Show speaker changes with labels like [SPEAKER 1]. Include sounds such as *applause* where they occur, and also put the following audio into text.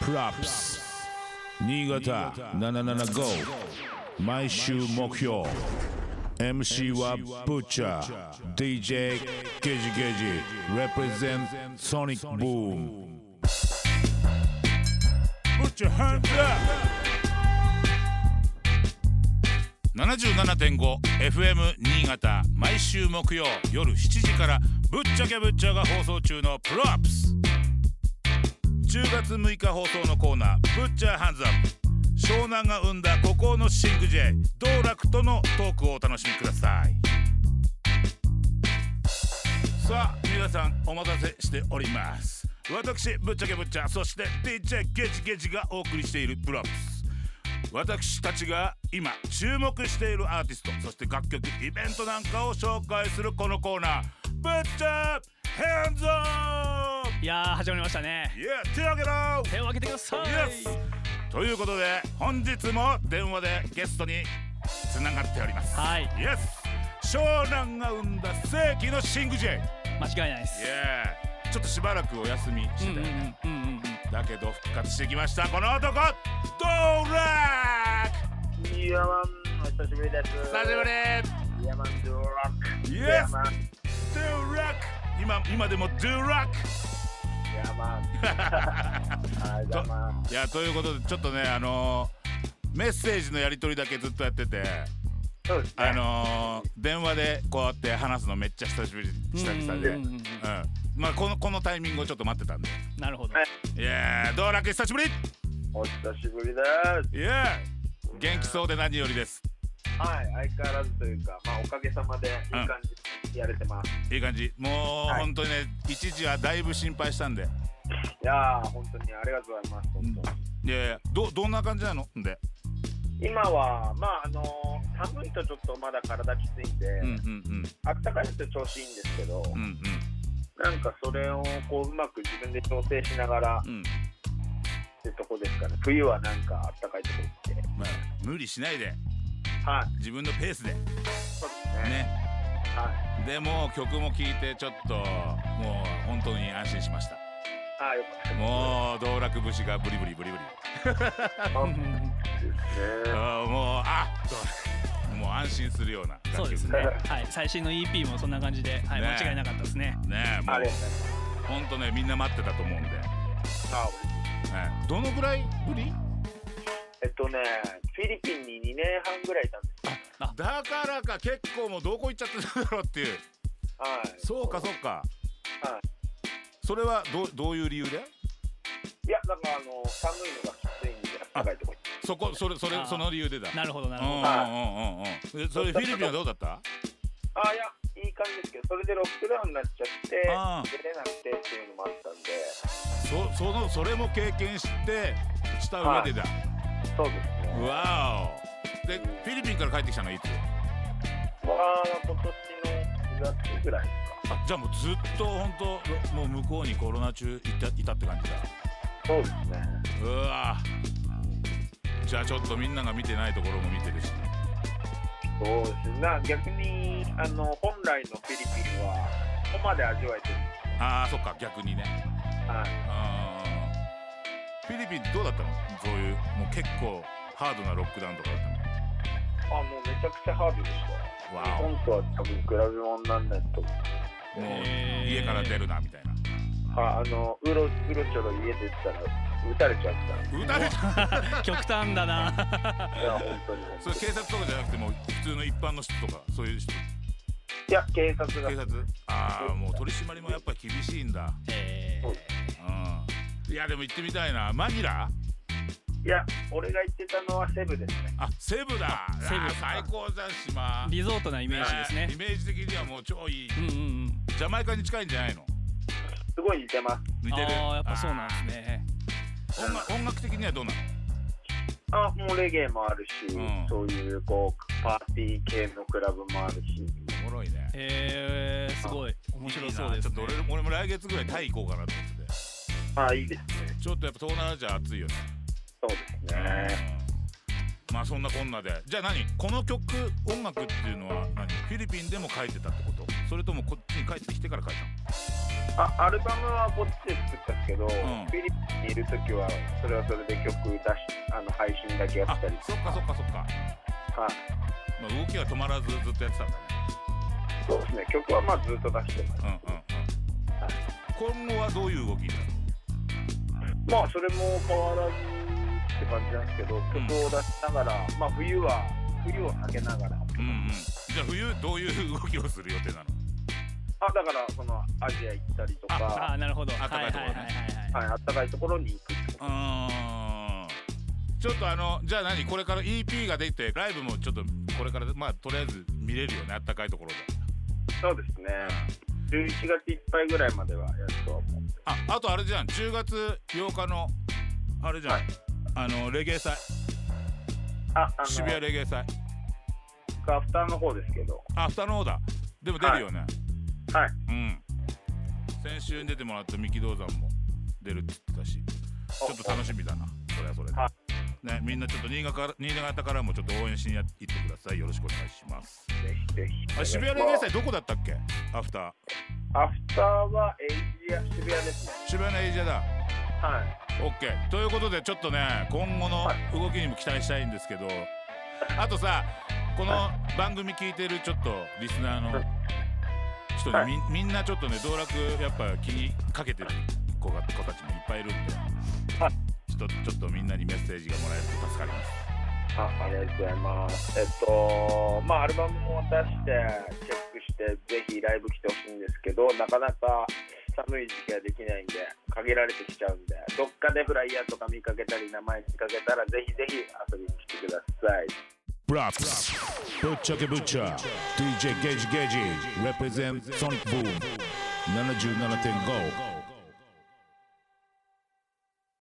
[SPEAKER 1] プラップス新潟775毎週目標 MC はブッチャー DJ ゲジゲジ represent ソニックブーム Put your hands up!
[SPEAKER 2] 77.5FM 新潟毎週木曜夜7時からぶっちゃけぶっちゃが放送中のプロアップス10月6日放送のコーナー「ぶっちゃハンズアップ」湘南が生んだ孤高のシンク J 道楽とのトークをお楽しみくださいさあ皆さんお待たせしております私ぶっちゃけぶっちゃそして DJ ゲジゲジがお送りしているプロアップス私たちが今注目しているアーティストそして楽曲イベントなんかを紹介するこのコーナー「ぶっちゃヘンズアップ!
[SPEAKER 3] いやー始まりました」ね
[SPEAKER 2] いや手を挙げろ
[SPEAKER 3] 手を挙げてください
[SPEAKER 2] イエスということで本日も電話でゲストにつながっております
[SPEAKER 3] はい
[SPEAKER 2] イエス湘南が生んだ世紀のシングジェイイ
[SPEAKER 3] 間違いないです
[SPEAKER 2] エーイちょっとしばらくお休みしてたよね、
[SPEAKER 3] うんうんうんうんうん
[SPEAKER 2] だけど復活してきましたこの男ドーラック
[SPEAKER 4] イヤマン、お久しぶりです。
[SPEAKER 2] 久しぶり
[SPEAKER 4] イヤマン、ドロック。
[SPEAKER 2] Yes
[SPEAKER 4] イヤマン、イ
[SPEAKER 2] Do Rock 今今でも Do Rock
[SPEAKER 4] ヤ
[SPEAKER 2] *laughs*
[SPEAKER 4] マン。はい、イヤマン。
[SPEAKER 2] いやということでちょっとねあのーメッセージのやり取りだけずっとやってて
[SPEAKER 4] そうですね。
[SPEAKER 2] あのー電話でこうやって話すのめっちゃ久しぶり久々でう
[SPEAKER 3] うんんうんうんうん
[SPEAKER 2] まあこのこのタイミングをちょっと待ってたんで
[SPEAKER 3] なるほど
[SPEAKER 4] はい
[SPEAKER 2] いやー道楽久しぶり
[SPEAKER 4] お久しぶりで
[SPEAKER 2] いやー元気そうで何よりです
[SPEAKER 4] す。はい、相変わらずというか、まあ、おかげさまで、いい感じにやれてます。
[SPEAKER 2] いい感じもう、
[SPEAKER 4] はい
[SPEAKER 2] 本当にね一時はだいぶ心配したんで
[SPEAKER 4] いやー、本当にありがとうございます。本当
[SPEAKER 2] いやいやどどんな感じなのんで
[SPEAKER 4] 今は、まあ、あのー寒いとちょっとまだ体きついんで、
[SPEAKER 2] うんうんうん
[SPEAKER 4] あったかいと調子いいんですけど、
[SPEAKER 2] うん
[SPEAKER 4] なんかそれをこううまく自分で調整しながらっ
[SPEAKER 2] うんうん
[SPEAKER 4] てとこですかね。冬はなんかあったかいとこ行って。
[SPEAKER 2] まあ無理しないで
[SPEAKER 4] はい、
[SPEAKER 2] 自分のペースで
[SPEAKER 4] そうですね
[SPEAKER 2] ね
[SPEAKER 4] はい。
[SPEAKER 2] でもう曲も聴いてちょっともう本当に安心しました
[SPEAKER 4] ああ、よかった。
[SPEAKER 2] もう道楽節がブリブリブリブリ
[SPEAKER 3] うんうんうん
[SPEAKER 4] ね
[SPEAKER 2] あーもうあもう安心するような
[SPEAKER 3] そうですね
[SPEAKER 2] ね
[SPEAKER 3] はい最新の EP もそんな感じではい
[SPEAKER 2] ね
[SPEAKER 3] 間違いなかったですね
[SPEAKER 2] ねえも
[SPEAKER 4] あれ、
[SPEAKER 2] う本当ねみんな待ってたと思うんで、ね、
[SPEAKER 4] あ
[SPEAKER 2] どのぐらいぶり
[SPEAKER 4] えっとね、フィリピンに2年半ぐらいいたんですよ。
[SPEAKER 2] だからか結構もうどこ行っちゃってたんだろうっていう
[SPEAKER 4] はい。
[SPEAKER 2] そうかそうか
[SPEAKER 4] は
[SPEAKER 2] それはどうどういう理由で
[SPEAKER 4] い。いや、だから、あの、寒いのがきついんで、あったかいとこ行っ
[SPEAKER 2] そこそれそれ
[SPEAKER 3] あー
[SPEAKER 2] その理由でだ
[SPEAKER 3] なるほどな
[SPEAKER 2] う
[SPEAKER 3] る
[SPEAKER 2] ん
[SPEAKER 3] ほ
[SPEAKER 2] うん
[SPEAKER 3] ど
[SPEAKER 2] う
[SPEAKER 4] ど
[SPEAKER 2] んうんでそれフィリピンはどうだった
[SPEAKER 4] て。ああ、いや、いい感じですけど、それでロックダウンになっち
[SPEAKER 2] あ
[SPEAKER 4] ゃ
[SPEAKER 2] あ
[SPEAKER 4] って、出れなくてっていうのもあったんで、
[SPEAKER 2] そそのそれも経験してした上でだ、
[SPEAKER 4] そうですね。
[SPEAKER 2] わおでフィリピンから帰ってきたのいつ
[SPEAKER 4] まあ、今年の2月ぐらいですか。
[SPEAKER 2] あじゃあもうずっと本当もう向こうにコロナ中いたいたって感じだ
[SPEAKER 4] そうですね。
[SPEAKER 2] うわじゃあちょっとみんなが見てないところも見てるし
[SPEAKER 4] そうですね。な逆に、あの、本来のフィリピンは、ここまで味わえてる。
[SPEAKER 2] ああそっか逆にね
[SPEAKER 4] はい。
[SPEAKER 2] あーフィリピンどうだったのそういうもう結構ハードなロックダウンとかだったの
[SPEAKER 4] あもうめちゃくちゃハードでしたよ
[SPEAKER 2] わ
[SPEAKER 4] 日
[SPEAKER 2] お
[SPEAKER 4] 本とは多分比べ物にならないと思
[SPEAKER 2] もう
[SPEAKER 3] へー
[SPEAKER 2] 家から出るなみたいな
[SPEAKER 4] うはいあのうろうろちょろ家出てたら撃たれちゃっ
[SPEAKER 2] 撃たれた
[SPEAKER 3] 極端だな
[SPEAKER 4] たいや本当に
[SPEAKER 2] *laughs* それ警察とかじゃなくてもう普通の一般の人とかそういう人
[SPEAKER 4] いや警察が
[SPEAKER 2] 警察ああもう取り締まりもやっぱり厳しいんだ
[SPEAKER 3] え
[SPEAKER 4] そうで
[SPEAKER 2] うんいやでも行ってみたいなマニラ
[SPEAKER 4] いや俺が言ってたのはセブですね
[SPEAKER 2] あセブだ
[SPEAKER 3] セブ
[SPEAKER 2] あー最高じゃん島
[SPEAKER 3] ーリゾートなイメージです
[SPEAKER 2] は
[SPEAKER 3] ね
[SPEAKER 2] いイメージ的にはもう超いい
[SPEAKER 3] うんうん
[SPEAKER 2] ジャマイカに近いんじゃないの
[SPEAKER 4] すごい似てます
[SPEAKER 3] う
[SPEAKER 2] 似
[SPEAKER 3] んあ
[SPEAKER 2] てる
[SPEAKER 3] あーやっぱそうなんですね
[SPEAKER 2] あー音楽音楽的にはどうな
[SPEAKER 4] あもうレゲエもあるし、
[SPEAKER 2] うん
[SPEAKER 4] そういうこうパーティー系のクラブもあるし
[SPEAKER 2] のおもろいね
[SPEAKER 3] へえすごい面白そうです
[SPEAKER 2] いいなちょっと
[SPEAKER 3] ね
[SPEAKER 2] 俺俺も来月ぐらいタイ行こうかなと思ってて
[SPEAKER 4] まあいいですね
[SPEAKER 2] ちょっとやっぱ東南アジア暑いよね
[SPEAKER 4] そうですね
[SPEAKER 2] うんまあそんなこんなでじゃあ何この曲音楽っていうのは何フィリピンでも書いてたってことそれともこっちに帰ってきてから書いたの
[SPEAKER 4] あアルバムはこっちで作ったんですけど、
[SPEAKER 2] ん
[SPEAKER 4] フィリピンにいる時はそれはそれで曲出しあの配信だけや
[SPEAKER 2] あ
[SPEAKER 4] ったり
[SPEAKER 2] そっかそっかそっか、
[SPEAKER 4] はい
[SPEAKER 2] まあ、動きが止まらずずっとやってたんだね
[SPEAKER 4] そうですね曲はまあずっと出してます、
[SPEAKER 2] うんうんうん今後はどういう動きだ
[SPEAKER 4] まあそれも変わらずって感じなんですけど
[SPEAKER 2] ん
[SPEAKER 4] 曲を出しながら、まあ冬は冬を避けながら
[SPEAKER 2] うんうんじゃあ冬どういう動きをする予定なの
[SPEAKER 4] あだからそのアジア行ったりと
[SPEAKER 3] あ
[SPEAKER 4] か
[SPEAKER 3] あなるほど
[SPEAKER 2] あっ
[SPEAKER 3] は
[SPEAKER 2] たかい
[SPEAKER 3] い
[SPEAKER 2] とこ
[SPEAKER 3] はい
[SPEAKER 2] ろ
[SPEAKER 3] はい
[SPEAKER 2] ね
[SPEAKER 3] はい
[SPEAKER 4] はい、あったかいところに行くってこ
[SPEAKER 2] うーんちょっとあのじゃあ何これから EP ができてライブもちょっとこれからまあとりあえず見れるよねあったかいところで、
[SPEAKER 4] とそうですね11月いっぱいぐらいまではやるとは思う
[SPEAKER 2] ああとあれじゃん10月8日のあれじゃん、
[SPEAKER 4] はい
[SPEAKER 2] あのレゲエ祭
[SPEAKER 4] ああの
[SPEAKER 2] 渋谷レゲエ祭
[SPEAKER 4] アフターの方ですけど
[SPEAKER 2] アフターノーだでも出るよね、
[SPEAKER 4] はい
[SPEAKER 2] うん先週に出てもらった三木道山も出るって言ってたしちょっと楽しみだなそれはそれで
[SPEAKER 4] は、
[SPEAKER 2] ね、みんなちょっと新潟から新潟からもちょっと応援しに行ってくださいよろしくお願いします
[SPEAKER 4] ぜひぜひ
[SPEAKER 2] あ渋谷レゲエ祭どこだったっけアフター
[SPEAKER 4] アフターはエイジア渋谷ですね
[SPEAKER 2] 渋谷のエイジアだ
[SPEAKER 4] はい
[SPEAKER 2] オッケーということでちょっとね今後の動きにも期待したいんですけどあとさこの番組聞いてるちょっとリスナーの人にみ,、みんなちょっとね道楽やっぱ気にかけてる子が子たちもいっぱいいるんで
[SPEAKER 4] はい
[SPEAKER 2] ちょっとちょっとみんなにメッセージがもらえると助かります
[SPEAKER 4] あありがとうございます。えっと、まあ、アルバムも出して、チェックして、ぜひライブ来てほしいんですけど、なかなか寒い時期はできないんで、限られてきちゃうんで、どっかでフライヤーとか見かけたり、名前見かけたら、ぜひぜひ遊びに来てください。
[SPEAKER 1] Props. Butcher ke Butcher. DJ Gage Gage. Represent Sonic Boom. 77.5